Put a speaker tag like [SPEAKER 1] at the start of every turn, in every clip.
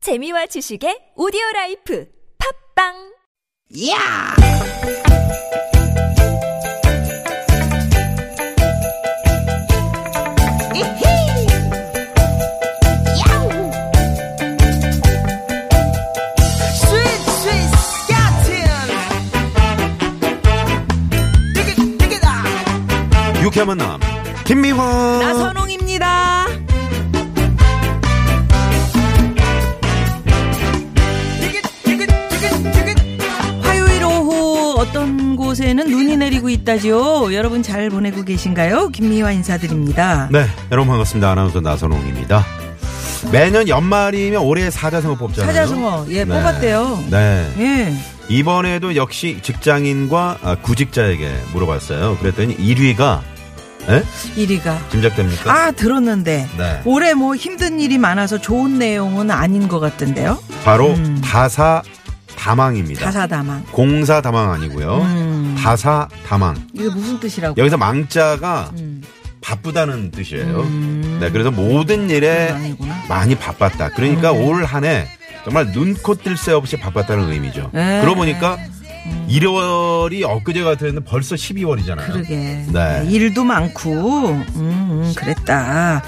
[SPEAKER 1] 재미와 지식의 오디오 라이프 팝빵
[SPEAKER 2] 야! 이히! 야우! 스윗, 스윗, 스캇틴! 디귿, 디귿아!
[SPEAKER 3] 유쾌한 만남 김미화
[SPEAKER 2] 나선홍입니다. 디귿, 디귿, 디귿, 디귿.
[SPEAKER 4] 화요일 오후 어떤 곳에는 눈이 내리고 있다지요. 여러분 잘 보내고 계신가요? 김미화 인사드립니다.
[SPEAKER 3] 네 여러분 반갑습니다 아나운서 나선홍입니다 매년 연말이면 올해 사자성어 뽑잖아요
[SPEAKER 4] 사자성어, 예, 뽑았대요.
[SPEAKER 3] 네
[SPEAKER 4] 예.
[SPEAKER 3] 이번에도 역시 직장인과 아, 구직자에게 물어봤어요 그랬더니 1위가 에?
[SPEAKER 4] 1위가.
[SPEAKER 3] 짐작됩니까?
[SPEAKER 4] 아, 들었는데.
[SPEAKER 3] 그- 네.
[SPEAKER 4] 올해 뭐 힘든 일이 많아서 좋은 내용은 아닌 것 같던데요.
[SPEAKER 3] 바로 다사다망입니다
[SPEAKER 4] 음. 다사다만.
[SPEAKER 3] 공사다망 아니고요
[SPEAKER 4] 음.
[SPEAKER 3] 다사다망
[SPEAKER 4] 이게 무슨 뜻이라고?
[SPEAKER 3] 여기서 망자가
[SPEAKER 4] 음.
[SPEAKER 3] 바쁘다는 뜻이에요
[SPEAKER 4] 음.
[SPEAKER 3] 네 그래서 모든 일에
[SPEAKER 4] 아니구나.
[SPEAKER 3] 많이 바빴다. 그러니까
[SPEAKER 4] 음.
[SPEAKER 3] 올 한 해 정말 눈코 뜰 새 없이 바빴다는 의미죠.
[SPEAKER 4] 네. 음.
[SPEAKER 3] 그러고 보니까 1월이 엊그제 같았는데 벌써 12월이잖아요.
[SPEAKER 4] 그러게.
[SPEAKER 3] 네.
[SPEAKER 4] 일도 많고, 음, 음, 그랬다.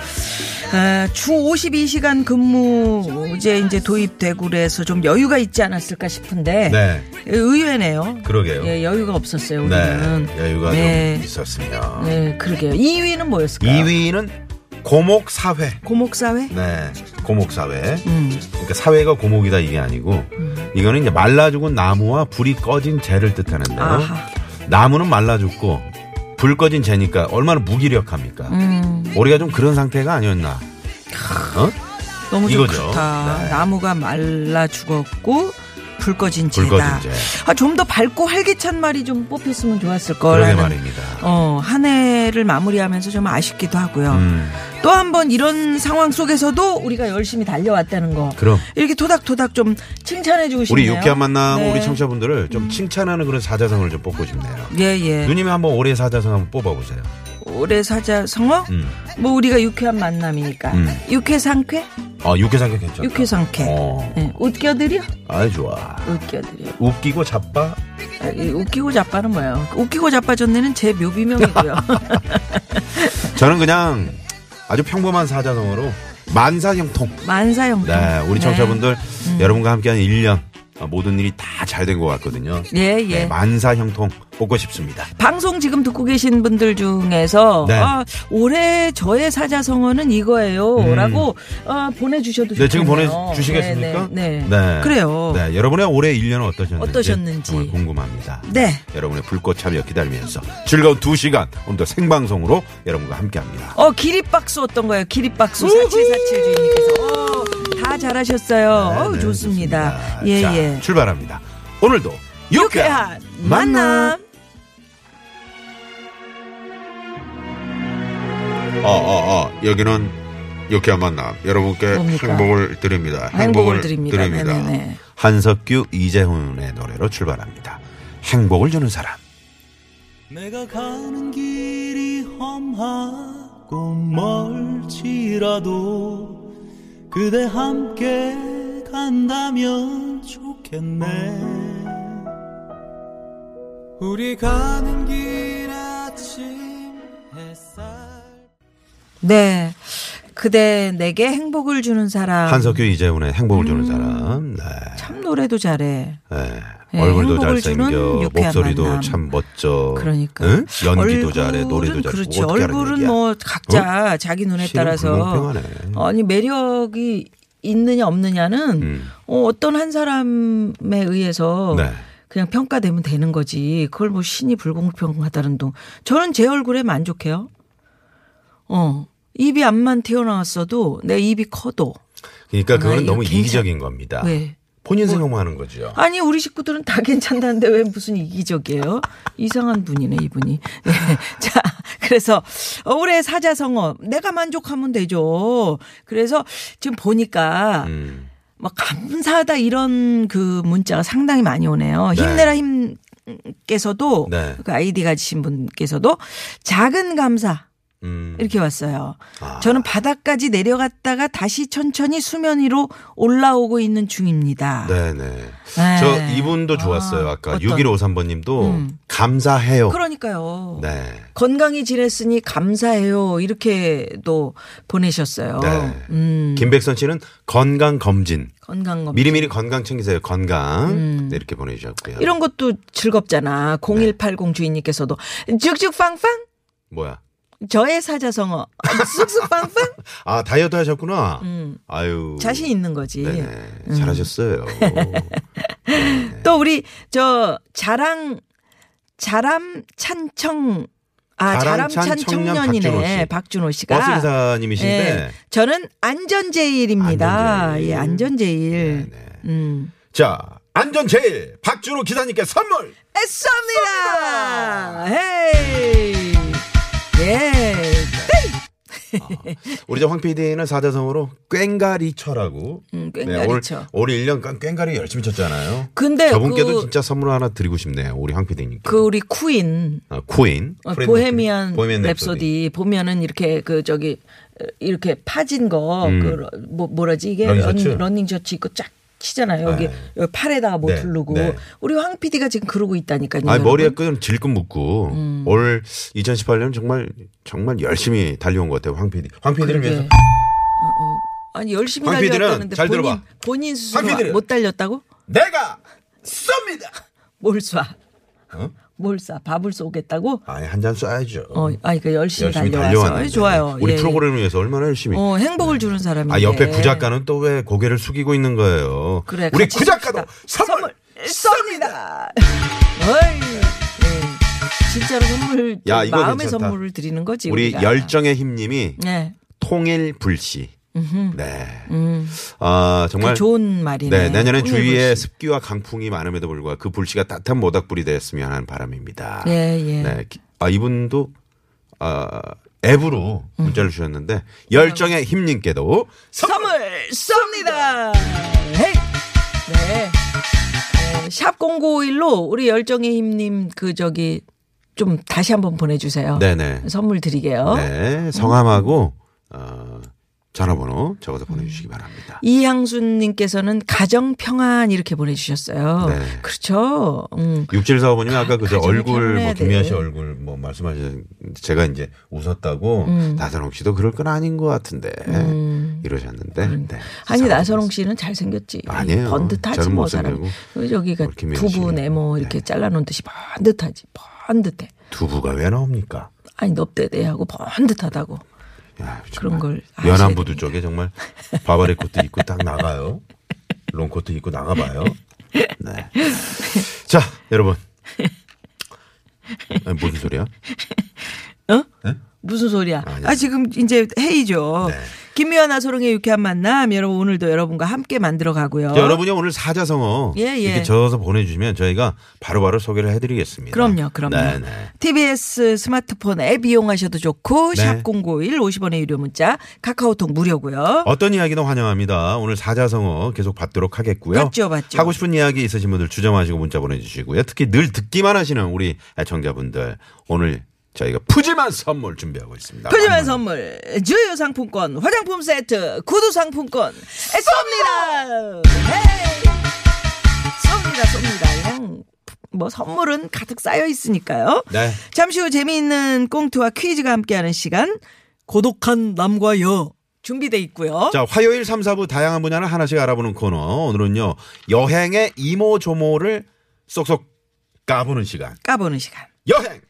[SPEAKER 4] 아, 주 52시간 근무제 이제 도입되고 그래서 좀 여유가 있지 않았을까 싶은데.
[SPEAKER 3] 네.
[SPEAKER 4] 의외네요.
[SPEAKER 3] 그러게요.
[SPEAKER 4] 예, 여유가 없었어요,
[SPEAKER 3] 네.
[SPEAKER 4] 우리는.
[SPEAKER 3] 여유가
[SPEAKER 4] 네.
[SPEAKER 3] 좀 있었습니다.
[SPEAKER 4] 네, 그러게요. 2위는 뭐였을까요?
[SPEAKER 3] 2위는 고목사회.
[SPEAKER 4] 고목사회?
[SPEAKER 3] 네. 고목사회.
[SPEAKER 4] 음.
[SPEAKER 3] 그러니까 사회가 고목이다 이게 아니고 이거는 이제 말라 죽은 나무와 불이 꺼진 재를 뜻하는데요.
[SPEAKER 4] 아하.
[SPEAKER 3] 나무는 말라 죽고 불 꺼진 재니까 얼마나 무기력합니까?
[SPEAKER 4] 음,
[SPEAKER 3] 우리가 좀 그런 상태가 아니었나. 어?
[SPEAKER 4] 너무 좀
[SPEAKER 3] 이거죠.
[SPEAKER 4] 그렇다.
[SPEAKER 3] 네.
[SPEAKER 4] 나무가 말라 죽어고 불 꺼진
[SPEAKER 3] 불
[SPEAKER 4] 죄다.
[SPEAKER 3] 꺼진 죄.
[SPEAKER 4] 아, 좀 더 밝고 활기찬 말이 좀 뽑혔으면 좋았을
[SPEAKER 3] 그러게
[SPEAKER 4] 거라는.
[SPEAKER 3] 말입니다.
[SPEAKER 4] 어, 한 해를 마무리하면서 좀 아쉽기도 하고요.
[SPEAKER 3] 음,
[SPEAKER 4] 또 한 번 이런 상황 속에서도 우리가 열심히 달려왔다는 거.
[SPEAKER 3] 그럼
[SPEAKER 4] 이렇게 토닥토닥 좀 칭찬해 주고 싶네요.
[SPEAKER 3] 우리 유쾌한 만남
[SPEAKER 4] 네.
[SPEAKER 3] 우리 청취자분들을 좀 칭찬하는 그런 사자성을 좀 뽑고 싶네요.
[SPEAKER 4] 예, 예.
[SPEAKER 3] 누님이 한번 올해 사자성 한번 뽑아보세요.
[SPEAKER 4] 올해 사자 성어?
[SPEAKER 3] 음.
[SPEAKER 4] 뭐 우리가 유쾌한 만남이니까
[SPEAKER 3] 음.
[SPEAKER 4] 유쾌상쾌
[SPEAKER 3] 어, 육회상쾌 괜찮다.
[SPEAKER 4] 유쾌상쾌
[SPEAKER 3] 어,
[SPEAKER 4] 네, 웃겨드려
[SPEAKER 3] 아이 좋아.
[SPEAKER 4] 웃겨드려
[SPEAKER 3] 웃기고 자빠.
[SPEAKER 4] 아, 이 웃기고 자빠는 뭐예요 웃기고 자빠졌네는 제 묘비명이고요
[SPEAKER 3] 저는 그냥 아주 평범한 사자성으로 만사형통.
[SPEAKER 4] 만사형통
[SPEAKER 3] 네, 우리 청취자분들
[SPEAKER 4] 음.
[SPEAKER 3] 여러분과 함께한 1년 아, 모든 일이 다 잘 된 것 같거든요.
[SPEAKER 4] 예예
[SPEAKER 3] 네, 만사형통 뽑고 싶습니다.
[SPEAKER 4] 방송 지금 듣고 계신 분들 중에서
[SPEAKER 3] 네.
[SPEAKER 4] 아, 올해 저의 사자성어는 이거예요라고 어, 보내주셔도
[SPEAKER 3] 음.
[SPEAKER 4] 좋겠네요.
[SPEAKER 3] 네, 지금 보내주시겠습니까?
[SPEAKER 4] 네, 네, 네. 그래요.
[SPEAKER 3] 네, 여러분의 올해 1년은 어떠셨는지,
[SPEAKER 4] 어떠셨는지.
[SPEAKER 3] 정말 궁금합니다.
[SPEAKER 4] 네.
[SPEAKER 3] 여러분의 불꽃 참여 기다리면서 즐거운 2시간 오늘도 생방송으로 여러분과 함께합니다.
[SPEAKER 4] 어 기립박수 어떤 거예요? 기립박수 4747 주인님께서 어, 다 잘하셨어요. 어우,
[SPEAKER 3] 네,
[SPEAKER 4] 좋습니다.
[SPEAKER 3] 좋습니다.
[SPEAKER 4] 예
[SPEAKER 3] 자,
[SPEAKER 4] 예.
[SPEAKER 3] 출발합니다. 오늘도 유쾌한
[SPEAKER 4] 유쾌한
[SPEAKER 3] 만남.
[SPEAKER 4] 만남.
[SPEAKER 3] 어, 어, 어, 여기는 유쾌한 만남. 여러분께
[SPEAKER 4] 뭡니까?
[SPEAKER 3] 행복을 드립니다.
[SPEAKER 4] 행복을 드립니다. 네네네.
[SPEAKER 3] 한석규, 이재훈의 노래로 출발합니다. 행복을 주는 사람.
[SPEAKER 5] 내가 가는 길이 험하고 멀지라도 그대 함께 간다면 좋겠네 우리 가는 길 아침 햇살
[SPEAKER 4] 네. 그대 내게 행복을 주는 사람.
[SPEAKER 3] 한석규, 이재훈의 행복을 주는
[SPEAKER 4] 음.
[SPEAKER 3] 사람. 네.
[SPEAKER 4] 참 노래도 잘해.
[SPEAKER 3] 네.
[SPEAKER 4] 네,
[SPEAKER 3] 얼굴도
[SPEAKER 4] 행복을 주는
[SPEAKER 3] 잘생겨
[SPEAKER 4] 유쾌한
[SPEAKER 3] 목소리도
[SPEAKER 4] 만남.
[SPEAKER 3] 참 멋져
[SPEAKER 4] 그러니까
[SPEAKER 3] 뭐. 응? 연기도
[SPEAKER 4] 얼굴은
[SPEAKER 3] 잘해 노래도 잘해
[SPEAKER 4] 그렇지
[SPEAKER 3] 어떻게 하는
[SPEAKER 4] 얼굴은
[SPEAKER 3] 얘기야?
[SPEAKER 4] 뭐 각자 자기 눈에
[SPEAKER 3] 실은
[SPEAKER 4] 따라서
[SPEAKER 3] 불공평하네.
[SPEAKER 4] 아니 매력이 있느냐 없느냐는
[SPEAKER 3] 음.
[SPEAKER 4] 어, 어떤 한 사람에 의해서
[SPEAKER 3] 네.
[SPEAKER 4] 그냥 평가되면 되는 거지 그걸 뭐 신이 불공평하다는 동 저는 제 얼굴에 만족해요. 어 입이 앞만 튀어나왔어도 내 입이 커도
[SPEAKER 3] 그러니까 그거는
[SPEAKER 4] 아,
[SPEAKER 3] 너무
[SPEAKER 4] 이거 괜찮-
[SPEAKER 3] 이기적인 겁니다
[SPEAKER 4] 왜?
[SPEAKER 3] 본인 생각만 하는 거죠
[SPEAKER 4] 아니 우리 식구들은 다 괜찮다는데 왜 무슨 이기적이에요? 이상한 분이네 이분이. 네. 자 그래서 올해 사자성어 내가 만족하면 되죠. 그래서 지금 보니까
[SPEAKER 3] 음.
[SPEAKER 4] 뭐 감사하다 이런 그 문자가 상당히 많이 오네요.
[SPEAKER 3] 네.
[SPEAKER 4] 힘내라 힘께서도
[SPEAKER 3] 네.
[SPEAKER 4] 그 아이디 가지신 분께서도 작은 감사.
[SPEAKER 3] 음.
[SPEAKER 4] 이렇게 왔어요.
[SPEAKER 3] 아.
[SPEAKER 4] 저는 바닥까지 내려갔다가 다시 천천히 수면 위로 올라오고 있는 중입니다.
[SPEAKER 3] 네네.
[SPEAKER 4] 네.
[SPEAKER 3] 저 이분도 좋았어요.
[SPEAKER 4] 아,
[SPEAKER 3] 아, 까
[SPEAKER 4] 어떤-
[SPEAKER 3] 6153번님도
[SPEAKER 4] 음.
[SPEAKER 3] 감사해요.
[SPEAKER 4] 그러니까요.
[SPEAKER 3] 어. 네.
[SPEAKER 4] 건강히 지냈으니 감사해요. 이렇게도 보내셨어요.
[SPEAKER 3] 네.
[SPEAKER 4] 음,
[SPEAKER 3] 김백선 씨는 건강 검진.
[SPEAKER 4] 건강 검
[SPEAKER 3] 미리미리 건강 챙기세요. 건강. 네, 이렇게 보내주셨고요.
[SPEAKER 4] 음. 이런 것도 즐겁잖아. 0180 주인님께서도 쭉쭉빵빵
[SPEAKER 3] 뭐야?
[SPEAKER 4] 저의 사자성어 쑥쑥빵빵
[SPEAKER 3] 아 다이어트 하셨구나.
[SPEAKER 4] 음.
[SPEAKER 3] 아유.
[SPEAKER 4] 자신 음. 그러니까. 있는 거지.
[SPEAKER 3] 네네. 잘하셨어요. 네네.
[SPEAKER 4] 또 우리 저 자랑 자람 찬청 아
[SPEAKER 3] 자람 찬
[SPEAKER 4] 자람찬
[SPEAKER 3] 청년
[SPEAKER 4] 청년이네
[SPEAKER 3] 박준호 씨.
[SPEAKER 4] 박준호 씨가
[SPEAKER 3] 버스 기사님이신데.
[SPEAKER 4] 예, 저는 안전제일입니다.
[SPEAKER 3] 안전제일.
[SPEAKER 4] 예, 안전제일.
[SPEAKER 3] 네네.
[SPEAKER 4] 음.
[SPEAKER 3] 자 안전 제일 박준호 기사님께 선물.
[SPEAKER 4] 애쏩니다. 헤이. 예.
[SPEAKER 3] 우리 저황 PD는 사자성어로 꽹가리쳐라고. 네,
[SPEAKER 4] 음, 꽹가리쳐.
[SPEAKER 3] 올, 올 1년간 꽹가리 열심히 쳤잖아요.
[SPEAKER 4] 근데
[SPEAKER 3] 저분께도
[SPEAKER 4] 그-
[SPEAKER 3] 진짜 선물 하나 드리고 싶네요. 우리 황 PD님께.
[SPEAKER 4] 그 우리 쿠인
[SPEAKER 3] 아, 코인.
[SPEAKER 4] 어,
[SPEAKER 3] 프레드
[SPEAKER 4] 보헤미안,
[SPEAKER 3] 머큐리. 보헤미안
[SPEAKER 4] 랩소디. 보면은 이렇게 그 저기 이렇게 파진 거
[SPEAKER 3] 음.
[SPEAKER 4] 그 뭐, 뭐라지 이게
[SPEAKER 3] 러닝
[SPEAKER 4] 런-
[SPEAKER 3] 셔츠?
[SPEAKER 4] 러닝 셔츠 입고 쫙 치잖아요. 여기,
[SPEAKER 3] 네.
[SPEAKER 4] 여기 팔에다가 뭐
[SPEAKER 3] 네,
[SPEAKER 4] 두르고
[SPEAKER 3] 네.
[SPEAKER 4] 우리 황 PD가 지금 그러고 있다니까요.
[SPEAKER 3] 아
[SPEAKER 4] 여러분. 음.
[SPEAKER 3] 머리에 끈 질끈 묶고 올 2018년 정말 정말 열심히 달려온 것 같아요 황 PD. 황 PD를
[SPEAKER 4] 그러게.
[SPEAKER 3] 위해서
[SPEAKER 4] 아니 열심히
[SPEAKER 3] 황 PD는
[SPEAKER 4] 달렸다는데
[SPEAKER 3] 잘
[SPEAKER 4] 본인
[SPEAKER 3] 들어봐.
[SPEAKER 4] 본인 스스로
[SPEAKER 3] PD는
[SPEAKER 4] 못 달렸다고?
[SPEAKER 3] 내가 쏩니다.
[SPEAKER 4] 뭘 쏴?
[SPEAKER 3] 어?
[SPEAKER 4] 뭘 쏴? 밥을 쏘겠다고?
[SPEAKER 3] 아니 한 잔 쏴야죠.
[SPEAKER 4] 어, 아니 그 열심히,
[SPEAKER 3] 음. 열심히
[SPEAKER 4] 달려와서
[SPEAKER 3] 달려왔는데 네.
[SPEAKER 4] 좋아요.
[SPEAKER 3] 우리
[SPEAKER 4] 예, 예.
[SPEAKER 3] 프로그램을 위해서 얼마나 열심히.
[SPEAKER 4] 어, 행복을 주는 사람인데.
[SPEAKER 3] 아 옆에 구작가는 또 왜 고개를 숙이고 있는 거예요.
[SPEAKER 4] 그래,
[SPEAKER 3] 우리
[SPEAKER 4] 같이
[SPEAKER 3] 구작가도
[SPEAKER 4] 쏩시다.
[SPEAKER 3] 선물.
[SPEAKER 4] 쏩니다. 어이, 예. 진짜로 선물
[SPEAKER 3] 야, 이거
[SPEAKER 4] 마음의
[SPEAKER 3] 괜찮다.
[SPEAKER 4] 선물을 드리는 거지.
[SPEAKER 3] 우리
[SPEAKER 4] 우리가.
[SPEAKER 3] 열정의 힘님이
[SPEAKER 4] 네.
[SPEAKER 3] 통일 불시. 네. 아
[SPEAKER 4] 그
[SPEAKER 3] 정말
[SPEAKER 4] 좋은 말이네.
[SPEAKER 3] 네, 내년엔
[SPEAKER 4] 오늘
[SPEAKER 3] 주위에
[SPEAKER 4] 불씨.
[SPEAKER 3] 습기와 강풍이 많음에도 불구하고 그 불씨가 따뜻한 모닥불이 되었으면 하는 바람입니다.
[SPEAKER 4] 예, 예.
[SPEAKER 3] 네. 기- 아, 이분도, 아, 앱으로
[SPEAKER 4] 음.
[SPEAKER 3] 문자를 주셨는데, 열정의 힘님께도
[SPEAKER 4] 선물 쏩니다. 헤이. 네. 네. 샵 0951로 우리 열정의 힘님 그 저기 좀 다시 한번 보내주세요.
[SPEAKER 3] 네네.
[SPEAKER 4] 선물 드리게요.
[SPEAKER 3] 네, 성함하고, 어, 전화번호 적어서
[SPEAKER 4] 음.
[SPEAKER 3] 보내주시기 바랍니다.
[SPEAKER 4] 이향순님께서는 가정 평안 이렇게 보내주셨어요.
[SPEAKER 3] 네.
[SPEAKER 4] 그렇죠. 음.
[SPEAKER 3] 6745님이 아까 그저
[SPEAKER 4] 가정이
[SPEAKER 3] 얼굴, 뭐,
[SPEAKER 4] 편해야
[SPEAKER 3] 김미아
[SPEAKER 4] 돼.
[SPEAKER 3] 씨 얼굴, 뭐, 말씀하셨는데, 제가 이제 웃었다고,
[SPEAKER 4] 음.
[SPEAKER 3] 나선홍 씨도 그럴 건 아닌 것 같은데, 이러셨는데, 네.
[SPEAKER 4] 음. 아니
[SPEAKER 3] 사과드리겠습니다.
[SPEAKER 4] 나선홍 씨는 잘생겼지.
[SPEAKER 3] 아니에요.
[SPEAKER 4] 번듯하지
[SPEAKER 3] 저는
[SPEAKER 4] 뭐 사람.
[SPEAKER 3] 못생기고.
[SPEAKER 4] 여기가
[SPEAKER 3] 우리 김혜연
[SPEAKER 4] 부부
[SPEAKER 3] 씨는.
[SPEAKER 4] 네모 이렇게 잘라놓은 듯이 번듯하지. 번듯해.
[SPEAKER 3] 두부가 왜 나옵니까?
[SPEAKER 4] 아니 넙대대하고 번듯하다고.
[SPEAKER 3] 야,
[SPEAKER 4] 그런
[SPEAKER 3] 정말
[SPEAKER 4] 걸 아셔야
[SPEAKER 3] 연안부두
[SPEAKER 4] 됩니다.
[SPEAKER 3] 쪽에 정말 바바리 코트 입고 딱 나가요. 롱 코트 입고 나가봐요. 네. 자, 여러분. 아니, 무슨 소리야?
[SPEAKER 4] 무슨 소리야?
[SPEAKER 3] 아니요.
[SPEAKER 4] 아 지금 이제 회의죠.
[SPEAKER 3] 네.
[SPEAKER 4] 김미연 아소롱의 유쾌한 만남 여러분 오늘도 여러분과 함께 만들어 가고요.
[SPEAKER 3] 자, 여러분이 오늘 사자성어
[SPEAKER 4] 예, 예.
[SPEAKER 3] 이렇게 적어서 보내주시면 저희가 바로바로 소개를 해드리겠습니다.
[SPEAKER 4] 그럼요, 그럼요.
[SPEAKER 3] 네, 네.
[SPEAKER 4] TBS 스마트폰 앱 이용하셔도 좋고
[SPEAKER 3] 네.
[SPEAKER 4] 샵 #051 50원의 유료 문자 카카오톡 무료고요.
[SPEAKER 3] 어떤 이야기든 환영합니다. 오늘 사자성어 계속 받도록 하겠고요.
[SPEAKER 4] 받죠, 받죠.
[SPEAKER 3] 하고 싶은 이야기 있으신 분들 주저마시고 문자 보내주시고요. 특히 늘 듣기만 하시는 우리 애청자분들 오늘 저희가 푸짐한 선물 준비하고 있습니다.
[SPEAKER 4] 푸짐한
[SPEAKER 3] 많이 많이
[SPEAKER 4] 선물 주요 상품권 화장품 세트 구두 상품권 쏩니다. 헤이. 쏩니다, 쏩니다. 그냥 뭐 선물은 가득 쌓여 있으니까요.
[SPEAKER 3] 네.
[SPEAKER 4] 잠시 후 재미있는 꽁트와 퀴즈가 함께하는 시간 고독한 남과 여 준비돼 있고요.
[SPEAKER 3] 자, 화요일 3, 4부 다양한 분야를 하나씩 알아보는 코너. 오늘은요, 여행의 이모조모를 쏙쏙 까보는 시간.
[SPEAKER 4] 까보는 시간.
[SPEAKER 3] 여행!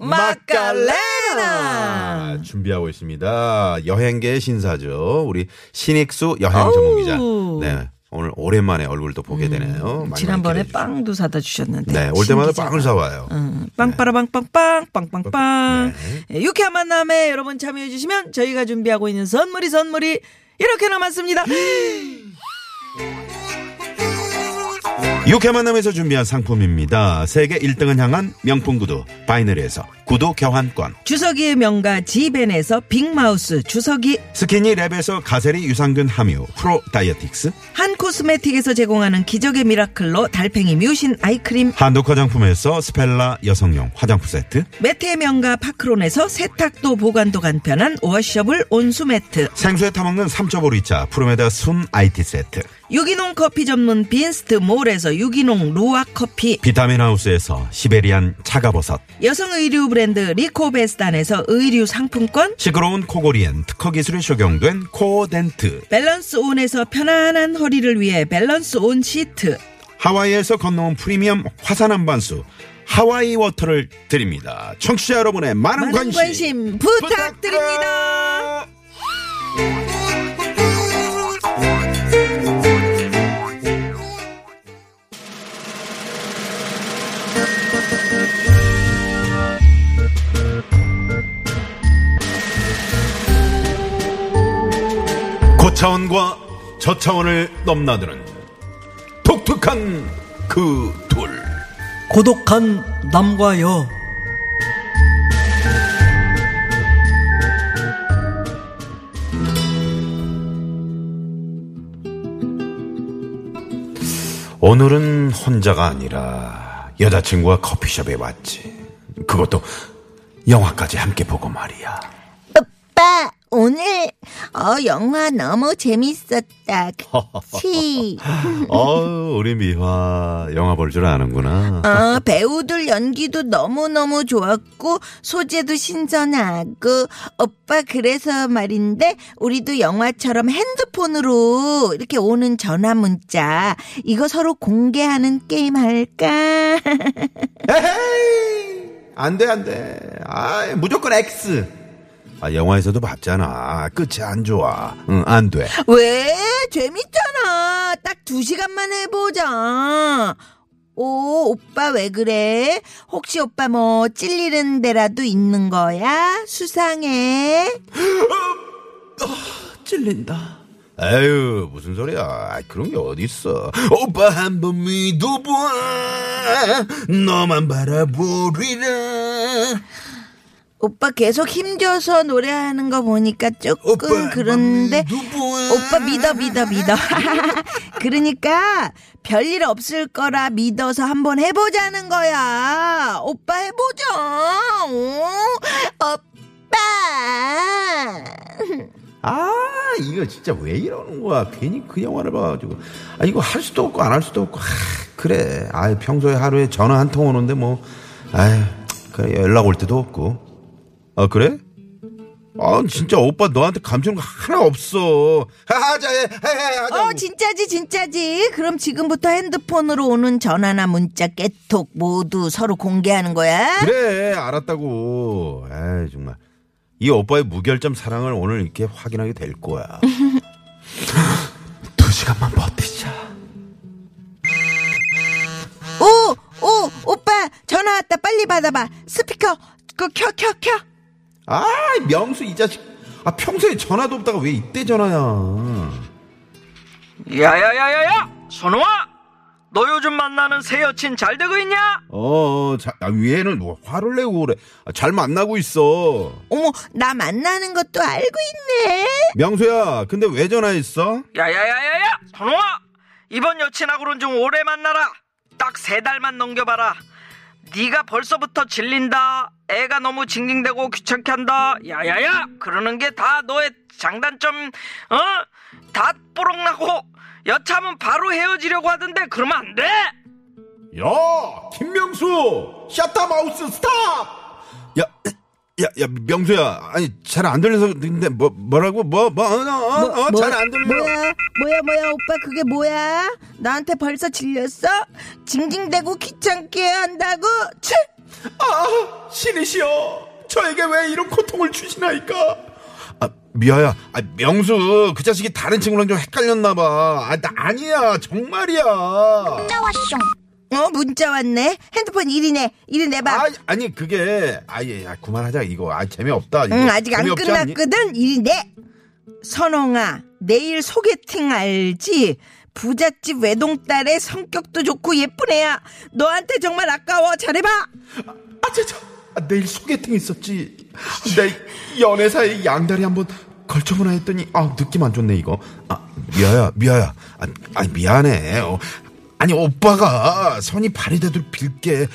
[SPEAKER 4] 마카레나.
[SPEAKER 3] 아, 준비하고 있습니다. 여행계의 신사죠. 우리 신익수 여행 전문 기자.
[SPEAKER 4] 어우. 음,
[SPEAKER 3] 네. 오늘 오랜만에 얼굴도 보게 되네요. 많이 많이
[SPEAKER 4] 지난번에
[SPEAKER 3] 기대해 주십시오.
[SPEAKER 4] 빵도 사다 주셨는데.
[SPEAKER 3] 네, 올
[SPEAKER 4] 신
[SPEAKER 3] 때마다
[SPEAKER 4] 기자가.
[SPEAKER 3] 빵을 사와요.
[SPEAKER 4] 음, 빵빠라빵빵빵 빵빵빵 예, 유쾌한 만남에 여러분 참여해 주시면 저희가 준비하고 있는 선물이 선물이 이렇게 남았습니다.
[SPEAKER 3] 육회 만남에서 준비한 상품입니다. 세계 1등을 향한 명품 구두 바이너리에서 구두 교환권
[SPEAKER 4] 주석이의 명가 지벤에서 빅마우스 주석이
[SPEAKER 3] 스키니 랩에서 가세리 유산균 함유 프로 다이어틱스
[SPEAKER 4] 한 코스메틱에서 제공하는 기적의 미라클로 달팽이 뮤신 아이크림
[SPEAKER 3] 한독 화장품에서 스펠라 여성용 화장품 세트
[SPEAKER 4] 매트의 명가 파크론에서 세탁도 보관도 간편한 워셔블 온수 매트
[SPEAKER 3] 생수에 타먹는 3.5리차 프로메다 순 IT 세트
[SPEAKER 4] 유기농 커피 전문 빈스트 몰에서 유기농 루아 커피
[SPEAKER 3] 비타민 하우스에서 시베리안 차가버섯
[SPEAKER 4] 여성 의류 브랜드 리코베스탄에서 의류 상품권
[SPEAKER 3] 시끄러운 코골이엔 특허 기술이 적용된 코어덴트
[SPEAKER 4] 밸런스 온에서 편안한 허리를 위해 밸런스 온 시트
[SPEAKER 3] 하와이에서 건너온 프리미엄 화산 한반수 하와이 워터를 드립니다. 청취자 여러분의 많은,
[SPEAKER 4] 많은 관심 부탁드립니다.
[SPEAKER 3] 고차원과 저차원을 넘나드는 독특한 그 둘.
[SPEAKER 5] 고독한 남과 여
[SPEAKER 3] 오늘은 혼자가 아니라 여자친구가 커피숍에 왔지. 그것도 영화까지 함께 보고 말이야.
[SPEAKER 6] 오빠 오늘 어 영화 너무 재밌었다. 그치?
[SPEAKER 3] 어, 우리 미화 영화 볼 줄 아는구나.
[SPEAKER 6] 어, 배우들 연기도 너무너무 좋았고 소재도 신선하고 오빠 그래서 말인데 우리도 영화처럼 핸드폰으로 이렇게 오는 전화 문자 이거 서로 공개하는 게임 할까?
[SPEAKER 3] 에헤이! 안 돼, 안 돼. 아, 무조건 X. 아, 영화에서도 봤잖아. 끝이 안 좋아. 응, 안 돼.
[SPEAKER 6] 왜? 재밌잖아. 딱 두 시간만 해보자. 오, 오빠 왜 그래? 혹시 오빠 뭐 찔리는 데라도 있는 거야? 수상해.
[SPEAKER 3] 찔린다. 에휴, 무슨 소리야. 아, 그런 게 어딨어. 오빠 한 번 믿어봐. 너만 바라보리라.
[SPEAKER 6] 오빠 계속 힘줘서 노래하는 거 보니까 조금
[SPEAKER 3] 오빠,
[SPEAKER 6] 그런데
[SPEAKER 3] 누구야?
[SPEAKER 6] 오빠 믿어 믿어 믿어 그러니까 별일 없을 거라 믿어서 한번 해보자는 거야 오빠 해보자 어, 오, 오빠
[SPEAKER 3] 아, 이거 진짜 왜 이러는 거야. 괜히 그 영화를 봐가지고. 아, 이거 할 수도 없고, 안 할 수도 없고. 아, 그래. 아, 평소에 하루에 전화 한 통 오는데 뭐. 아휴, 그래. 연락 올 때도 없고. 아, 그래? 아, 진짜 오빠 너한테 감추는 거 하나 없어. 하자, 해, 해, 해, 하자.
[SPEAKER 6] 어 진짜지 진짜지 그럼 지금부터 핸드폰으로 오는 전화나 문자 깨톡 모두 서로 공개하는 거야
[SPEAKER 3] 그래 알았다고 에이 정말 이 오빠의 무결점 사랑을 오늘 이렇게 확인하게 될 거야 두 시간만 버티자
[SPEAKER 6] 오, 오, 오빠 전화 왔다. 빨리 받아봐. 스피커 그거 켜, 켜, 켜.
[SPEAKER 3] 아 명수 이 자식 아 평소에 전화도 없다가 왜 이때 전화야
[SPEAKER 7] 야야야야야 선호아 너 요즘 만나는 새 여친 잘 되고 있냐?
[SPEAKER 3] 어 자, 아, 얘는 뭐 화를 내고 그래 아, 잘 만나고 있어
[SPEAKER 6] 어머, 나 만나는 것도 알고 있네.
[SPEAKER 3] 명수야 근데 왜 전화했어
[SPEAKER 7] 야야야야야 선호아 이번 여친하고는 좀 오래 만나라 딱 세 달만 넘겨봐라 네가 벌써부터 질린다 아, 애가 너무 징징대고 귀찮게 한다 야야야 그러는 게 다 너의 장단점 어? 어다 뽀록나고 여차하면 바로 헤어지려고 하던데 그러면 안돼
[SPEAKER 3] 야 김명수 샤타 마우스 스탑 야 야, 야, 명수야, 아니, 잘 안 들려서, 근데, 뭐, 뭐라고, 뭐, 뭐, 어, 어, 어, 잘 안 들려.
[SPEAKER 6] 뭐야, 뭐야, 뭐야, 오빠 그게 뭐야? 나한테 벌써 질렸어? 징징대고 귀찮게 한다고? 치!
[SPEAKER 3] 아, 신이시여, 저에게 왜 이런 고통을 주시나이까? 아, 미아야, 아, 명수, 그 자식이 다른 친구랑 좀 헷갈렸나봐. 아, 나 아니야, 정말이야.
[SPEAKER 6] 어, 문자 왔네. 핸드폰 일이네일이 내봐.
[SPEAKER 3] 아, 아니, 그게, 아, 예, 야, 그만하자, 이거. 아, 재미없다. 이거.
[SPEAKER 6] 응, 아직 안
[SPEAKER 3] 재미없지 않니?
[SPEAKER 6] 끝났거든. 일이 내. 선홍아, 내일 소개팅 알지? 부잣집 외동딸의 성격도 좋고 예쁜 애야. 너한테 정말 아까워. 잘해봐.
[SPEAKER 3] 아, 저, 저, 아, 내일 소개팅 있었지. 내 연애사에 양다리 한번 걸쳐보나 했더니, 아, 느낌 안 좋네, 이거. 아, 미아야, 미아야. 아, 아, 미안해. 어, 아니, 오빠가 선이 발이 되도록 빌게.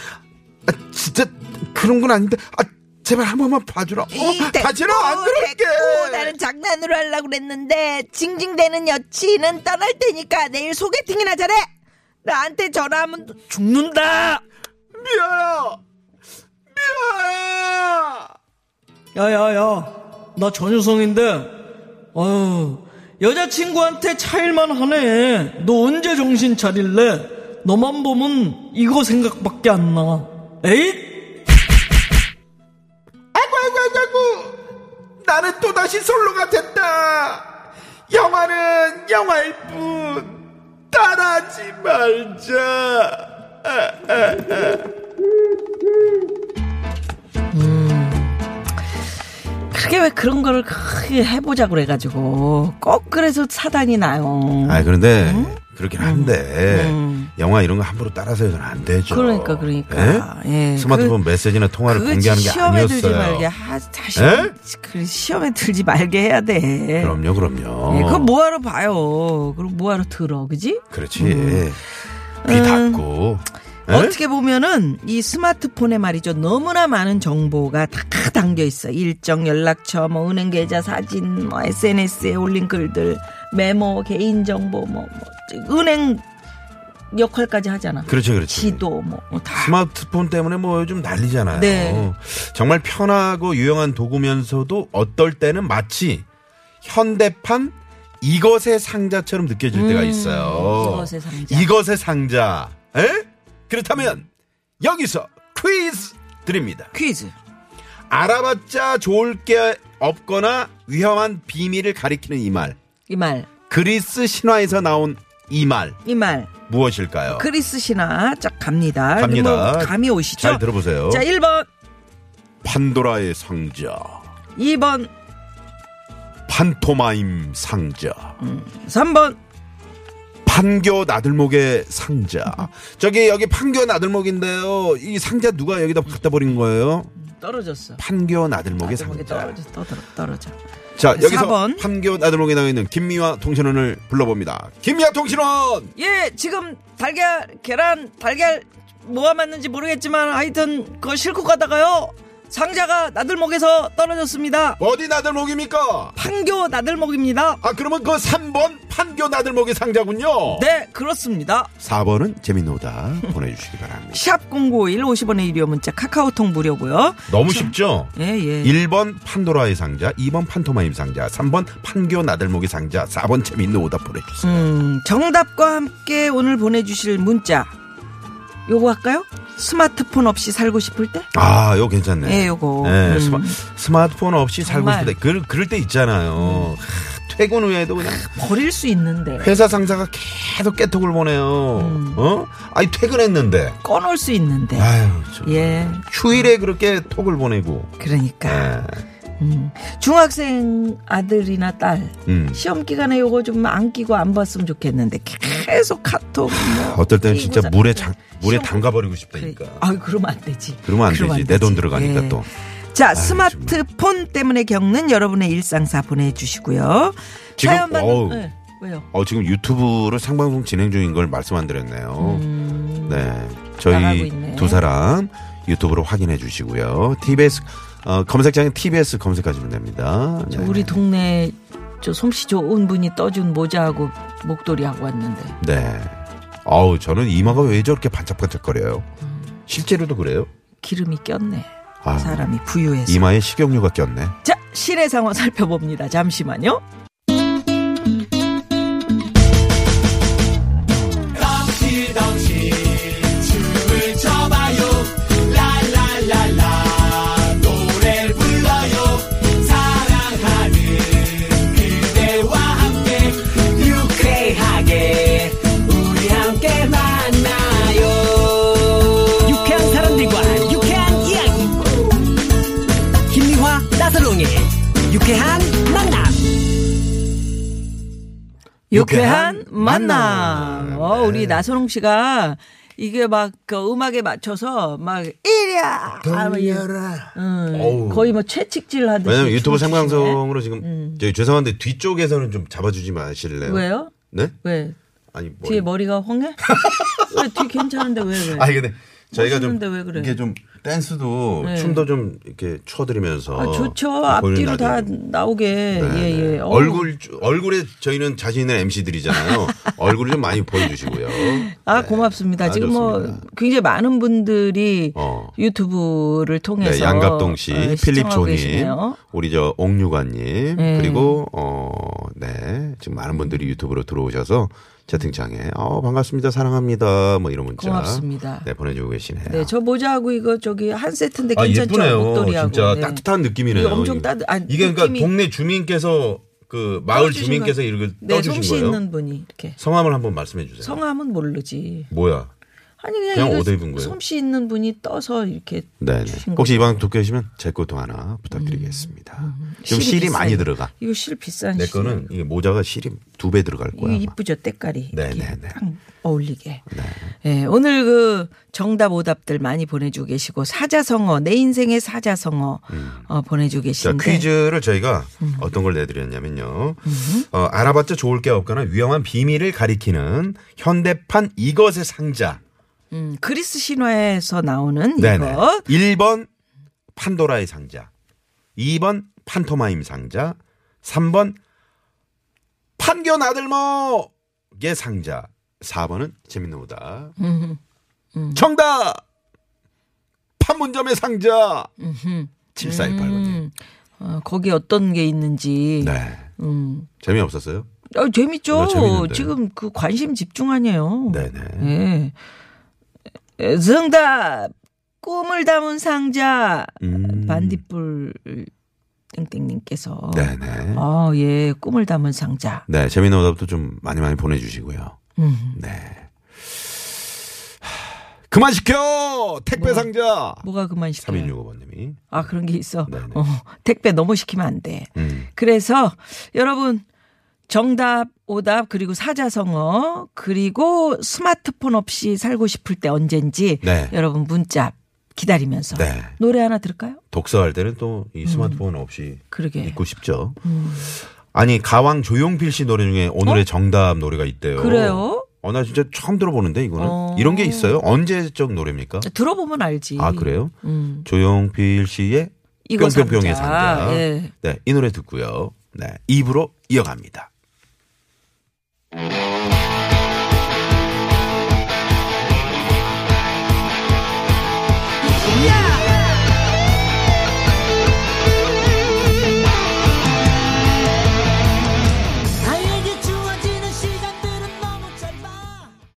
[SPEAKER 3] 아, 진짜, 그런 건 아닌데, 아, 제발 한 번만 봐주라. 어,
[SPEAKER 6] 됐고,
[SPEAKER 3] 다시는 안 그럴게.
[SPEAKER 6] 됐고, 나는 장난으로 하려고 그랬는데 징징대는 여친은 떠날 테니까 내일 소개팅이나 잘해. 나한테 전화하면
[SPEAKER 5] 죽는다!
[SPEAKER 3] 미아야! 미아야!
[SPEAKER 5] 야야야, 나 전유성인데, 어휴, 여자친구한테 차일만 하네. 너 언제 정신 차릴래? 너만 보면 이거 생각밖에 안 나. 에잇!
[SPEAKER 3] 아이고 아이고 아이고 아이고 나는 또다시 솔로가 됐다 영화는 영화일 뿐 따라하지 말자
[SPEAKER 4] 그게 왜 그런 거를 크게 해보자 그래가지고 꼭 그래서 사단이 나요.
[SPEAKER 3] 아 그런데
[SPEAKER 4] 음.
[SPEAKER 3] 그렇긴 한데 영화 이런 거 함부로 따라서 해서는 안 되죠
[SPEAKER 4] 그러니까, 그러니까.
[SPEAKER 3] 예?
[SPEAKER 4] 예,
[SPEAKER 3] 스마트폰 메시지나 통화를
[SPEAKER 4] 그거
[SPEAKER 3] 공개하는 게
[SPEAKER 4] 시험에 들지
[SPEAKER 3] 아니었어요
[SPEAKER 4] 말게 하, 다시
[SPEAKER 3] 에?
[SPEAKER 4] 그 시험에 들지 말게 해야 돼.
[SPEAKER 3] 그럼요 그럼요
[SPEAKER 4] 예, 그거 뭐하러 봐요. 그럼 뭐하러 들어, 그지?
[SPEAKER 3] 그렇지 귀 닫고 예?
[SPEAKER 4] 음. 어떻게 보면은 이 스마트폰에 말이죠 너무나 많은 정보가 다 담겨 있어 일정 연락처 뭐 은행 계좌 사진 뭐 SNS에 올린 글들 메모 개인 정보 뭐, 뭐 은행 역할까지 하잖아
[SPEAKER 3] 그렇죠 그렇죠
[SPEAKER 4] 지도 뭐다
[SPEAKER 3] 스마트폰 때문에 뭐 요즘 난리잖아요.
[SPEAKER 4] 네.
[SPEAKER 3] 정말 편하고 유용한 도구면서도 어떨 때는 마치 현대판 이것의 상자처럼 느껴질 때가 있어요.
[SPEAKER 4] 음, 이것의 상자.
[SPEAKER 3] 이것의 상자. 에? 그렇다면 여기서 퀴즈 드립니다.
[SPEAKER 4] 퀴즈
[SPEAKER 3] 알아봤자 좋을 게 없거나 위험한 비밀을 가리키는 이 말.
[SPEAKER 4] 이 말 이 말
[SPEAKER 3] 그리스 신화에서 나온 이 말 무엇일까요?
[SPEAKER 4] 그리스 신화 쫙 갑니다
[SPEAKER 3] 갑니다.
[SPEAKER 4] 뭐 감이 오시죠
[SPEAKER 3] 잘 들어보세요.
[SPEAKER 4] 자 1번
[SPEAKER 3] 판도라의 상자,
[SPEAKER 4] 2번
[SPEAKER 3] 판토마임 상자.
[SPEAKER 4] 3번
[SPEAKER 3] 판교 나들목의 상자. 저기 여기 판교 나들목인데요. 이 상자 누가 여기다 갖다 버린 거예요?
[SPEAKER 4] 떨어졌어
[SPEAKER 3] 판교 나들목의
[SPEAKER 4] 저기
[SPEAKER 3] 상자.
[SPEAKER 4] 떨어져 떨어져 떨어져
[SPEAKER 3] 자 여기서
[SPEAKER 4] 4번.
[SPEAKER 3] 판교 나들목에 나와 있는 김미화 통신원을 불러봅니다. 김미화 통신원.
[SPEAKER 4] 예, 지금 달걀, 계란, 달걀 뭐가 맞는지 모르겠지만 하여튼 그거 싣고 가다가요. 상자가 나들목에서 떨어졌습니다.
[SPEAKER 3] 어디 나들목입니까?
[SPEAKER 4] 판교 나들목입니다.
[SPEAKER 3] 아 그러면 그 3번 판교 나들목의 상자군요.
[SPEAKER 4] 네, 그렇습니다.
[SPEAKER 3] 4번은 재미노다 보내주시기 바랍니다.
[SPEAKER 4] 샵 0951, 50원의 유료 문자, 카카오톡 무료고요.
[SPEAKER 3] 너무 쉽죠?
[SPEAKER 4] 예, 예.
[SPEAKER 3] 1번 판도라의 상자, 2번 판토마임 상자, 3번 판교 나들목의 상자, 4번 재미있는 오답 보내주세요.
[SPEAKER 4] 음, 정답과 함께 오늘 보내주실 문자. 요거 할까요? 스마트폰 없이 살고 싶을 때?
[SPEAKER 3] 아, 이거 괜찮네.
[SPEAKER 4] 음. 예, 요거.
[SPEAKER 3] 예,
[SPEAKER 4] 음.
[SPEAKER 3] 스마, 스마트폰 없이 살고
[SPEAKER 4] 정말. 음.
[SPEAKER 3] 싶을 때, 그, 그럴 때 있잖아요. 하, 퇴근 후에도 그냥
[SPEAKER 4] 버릴 수 있는데.
[SPEAKER 3] 회사 상사가 계속 깨톡을 보내요.
[SPEAKER 4] 음.
[SPEAKER 3] 어? 아니, 퇴근했는데.
[SPEAKER 4] 꺼놓을 수 있는데.
[SPEAKER 3] 아유, 저,
[SPEAKER 4] 예,
[SPEAKER 3] 휴일에 그렇게 톡을 보내고.
[SPEAKER 4] 그러니까.
[SPEAKER 3] 예.
[SPEAKER 4] 음. 중학생 아들이나 딸
[SPEAKER 3] 음.
[SPEAKER 4] 시험 기간에 요거 좀 안 끼고 안 봤으면 좋겠는데 계속 카톡 뭐
[SPEAKER 3] 어떨 땐
[SPEAKER 4] 끼고
[SPEAKER 3] 진짜
[SPEAKER 4] 자-
[SPEAKER 3] 물에, 장, 물에
[SPEAKER 4] 시험-
[SPEAKER 3] 담가버리고
[SPEAKER 4] 그래.
[SPEAKER 3] 싶다니까.
[SPEAKER 4] 아유 그러면 안 되지.
[SPEAKER 3] 그러면 안 되지. 내 돈 들어가니까
[SPEAKER 4] 예.
[SPEAKER 3] 또.
[SPEAKER 4] 자 스마트폰 때문에 겪는 여러분의 일상사 보내주시고요.
[SPEAKER 3] 지금,
[SPEAKER 4] 사연 받는-
[SPEAKER 3] 어우.
[SPEAKER 4] 예, 왜요?
[SPEAKER 3] 어, 지금 유튜브를 상방송 진행 중인 걸 말씀 안 드렸네요. 네.
[SPEAKER 4] 음. 나가고
[SPEAKER 3] 저희
[SPEAKER 4] 있네.
[SPEAKER 3] 두 사람 유튜브로 확인해 주시고요. TBS, 어, 검색창에 TBS 검색하시면 됩니다.
[SPEAKER 4] 저
[SPEAKER 3] 네.
[SPEAKER 4] 우리 동네 저 솜씨 좋은 분이 떠준 모자하고 목도리 하고 왔는데
[SPEAKER 3] 네. 어우, 저는 이마가 왜 저렇게 반짝반짝거려요? 실제로도 그래요?
[SPEAKER 4] 기름이 꼈네.
[SPEAKER 3] 아.
[SPEAKER 4] 사람이 부유해서.
[SPEAKER 3] 이마에 식용유가 꼈네.
[SPEAKER 4] 자 실내 상황 살펴봅니다. 잠시만요.
[SPEAKER 5] 유쾌한 사람들과 유쾌한 이야기. 김미화 나서롱의 유쾌한 만남.
[SPEAKER 4] 유쾌한 만남. 어,
[SPEAKER 3] 네.
[SPEAKER 4] 우리 나선홍 씨가 이게 막 그 음악에 맞춰서 막 이리야. 아, 뭐 이런, 음,
[SPEAKER 3] 어우.
[SPEAKER 4] 거의 뭐 채찍질 하듯이.
[SPEAKER 3] 왜냐면 유튜브
[SPEAKER 4] 춤을
[SPEAKER 3] 생방송으로 지금 저기 죄송한데 뒤쪽에서는 좀 잡아주지 마실래요?
[SPEAKER 4] 추시네. 음. 왜요?
[SPEAKER 3] 네?
[SPEAKER 4] 왜?
[SPEAKER 3] 아니 뭐
[SPEAKER 4] 뒤에 머리가 황해? 왜 뒤 괜찮은데 왜 왜?
[SPEAKER 3] 아니 근데 저희가 좀
[SPEAKER 4] 멋있는데 네. 왜 그래?
[SPEAKER 3] 이게 좀 댄스도
[SPEAKER 4] 네.
[SPEAKER 3] 춤도 좀 이렇게 추어드리면서 그
[SPEAKER 4] 아, 좋죠.
[SPEAKER 3] 보여주는
[SPEAKER 4] 앞뒤로 다
[SPEAKER 3] 나중에.
[SPEAKER 4] 나오게. 예, 예. 어우,
[SPEAKER 3] 얼굴 얼굴에 저희는 자신 있는 MC들이잖아요. 얼굴을 좀 많이 보여주시고요.
[SPEAKER 4] 아,
[SPEAKER 3] 네.
[SPEAKER 4] 고맙습니다.
[SPEAKER 3] 아,
[SPEAKER 4] 지금 뭐
[SPEAKER 3] 좋습니다.
[SPEAKER 4] 굉장히 많은 분들이
[SPEAKER 3] 어.
[SPEAKER 4] 유튜브를 통해서
[SPEAKER 3] 네, 양갑동 씨,
[SPEAKER 4] 어,
[SPEAKER 3] 필립
[SPEAKER 4] 시청하고
[SPEAKER 3] 조님,
[SPEAKER 4] 계시네요.
[SPEAKER 3] 우리 저 옥류관님
[SPEAKER 4] 네.
[SPEAKER 3] 그리고 어, 어네 지금 많은 분들이 유튜브로 들어오셔서 채팅창에 어 반갑습니다, 사랑합니다 뭐 이런 문자
[SPEAKER 4] 고맙습니다.
[SPEAKER 3] 네 보내주고 계시네요.
[SPEAKER 4] 네, 저 모자하고 이거 저기 한 세트인데
[SPEAKER 3] 아
[SPEAKER 4] 괜찮죠?
[SPEAKER 3] 예쁘네요.
[SPEAKER 4] 목도리하고.
[SPEAKER 3] 진짜
[SPEAKER 4] 네.
[SPEAKER 3] 따뜻한 느낌이네요.
[SPEAKER 4] 이게 엄청
[SPEAKER 3] 이게.
[SPEAKER 4] 따뜻- 아니,
[SPEAKER 3] 이게
[SPEAKER 4] 느낌이-
[SPEAKER 3] 그러니까 동네 주민께서 그 마을
[SPEAKER 4] 떠주신
[SPEAKER 3] 주민께서
[SPEAKER 4] 거-
[SPEAKER 3] 이렇게
[SPEAKER 4] 네,
[SPEAKER 3] 떠주신
[SPEAKER 4] 솜씨
[SPEAKER 3] 거예요.
[SPEAKER 4] 있는 분이 이렇게.
[SPEAKER 3] 성함을 한번 말씀해 주세요.
[SPEAKER 4] 성함은 모르지.
[SPEAKER 3] 뭐야?
[SPEAKER 4] 아니 그냥,
[SPEAKER 3] 그냥
[SPEAKER 4] 이거
[SPEAKER 3] 얻어 입은 거예요?
[SPEAKER 4] 솜씨 있는 분이 떠서 이렇게
[SPEAKER 3] 네네.
[SPEAKER 4] 주신 음,
[SPEAKER 3] 혹시 이 방송 듣고 계시면 제 것도 하나 부탁드리겠습니다. 좀 실이
[SPEAKER 4] 비싸요.
[SPEAKER 3] 많이 들어가.
[SPEAKER 4] 이거 실 비싼
[SPEAKER 3] 내
[SPEAKER 4] 실.
[SPEAKER 3] 거는 이게 모자가 실이 두 배 들어갈
[SPEAKER 4] 아, 이거
[SPEAKER 3] 거야. 아마.
[SPEAKER 4] 이쁘죠 때깔이
[SPEAKER 3] 네,
[SPEAKER 4] 이렇게
[SPEAKER 3] 네, 네.
[SPEAKER 4] 딱 어울리게 예, 오늘 그 정답 오답들 많이 보내주고 계시고 사자성어 내 인생의 사자성어 어, 보내주고
[SPEAKER 3] 음. 자
[SPEAKER 4] 계신데 음.
[SPEAKER 3] 퀴즈를 저희가 어떤 걸 내드렸냐면요. 어, 알아봤자 좋을 게 없거나 위험한 비밀을 가리키는 현대판 이것의 상자.
[SPEAKER 4] 음, 그리스 신화에서 나오는
[SPEAKER 3] 네네.
[SPEAKER 4] 이거
[SPEAKER 3] 1번 판도라의 상자. 2번 판토마임 상자. 3번 판견 아들목의 상자. 4번은 재밌는 오다. 정답! 판문점의 상자. 네. 7418번님.
[SPEAKER 4] 음, 어, 거기 어떤 게 있는지
[SPEAKER 3] 네.
[SPEAKER 4] 음.
[SPEAKER 3] 재미없었어요?
[SPEAKER 4] 어, 재밌죠
[SPEAKER 3] 네, 재밌는데요.
[SPEAKER 4] 지금 그 관심 집중 아니에요
[SPEAKER 3] 네네.
[SPEAKER 4] 예. 에, 정답 꿈을 담은 상자
[SPEAKER 3] 음.
[SPEAKER 4] 반딧불 땡땡님께서
[SPEAKER 3] 네네.
[SPEAKER 4] 아, 예. 꿈을 담은 상자.
[SPEAKER 3] 네, 재미있는 오답도 좀 많이 많이 보내주시고요.
[SPEAKER 4] 음.
[SPEAKER 3] 네. 하, 그만 시켜! 택배 상자!
[SPEAKER 4] 뭐, 뭐가 그만 시켜.
[SPEAKER 3] 3165번님이.
[SPEAKER 4] 아, 그런 게 있어.
[SPEAKER 3] 네네.
[SPEAKER 4] 어, 택배 너무 시키면 안 돼.
[SPEAKER 3] 음.
[SPEAKER 4] 그래서 여러분 정답, 오답, 그리고 사자성어, 그리고 스마트폰 없이 살고 싶을 때 언젠지
[SPEAKER 3] 네.
[SPEAKER 4] 여러분 문자 기다리면서
[SPEAKER 3] 네.
[SPEAKER 4] 노래 하나 들을까요?
[SPEAKER 3] 독서할 때는 또
[SPEAKER 4] 음.
[SPEAKER 3] 이 스마트폰 없이
[SPEAKER 4] 그러게.
[SPEAKER 3] 읽고 싶죠.
[SPEAKER 4] 음.
[SPEAKER 3] 아니 가왕 조용필 씨 노래 중에 오늘의 정답 노래가 있대요.
[SPEAKER 4] 어? 그래요?
[SPEAKER 3] 어, 나 진짜 처음 들어보는데 이거는
[SPEAKER 4] 어.
[SPEAKER 3] 이런 게 있어요. 언제적 노래입니까?
[SPEAKER 4] 들어보면 알지.
[SPEAKER 3] 아 그래요?
[SPEAKER 4] 음.
[SPEAKER 3] 조용필 씨의
[SPEAKER 4] 이거
[SPEAKER 3] 뿅뿅뿅의
[SPEAKER 4] 상자.
[SPEAKER 3] 상자.
[SPEAKER 4] 예.
[SPEAKER 3] 네, 이 노래 듣고요. 네, 입으로 이어갑니다.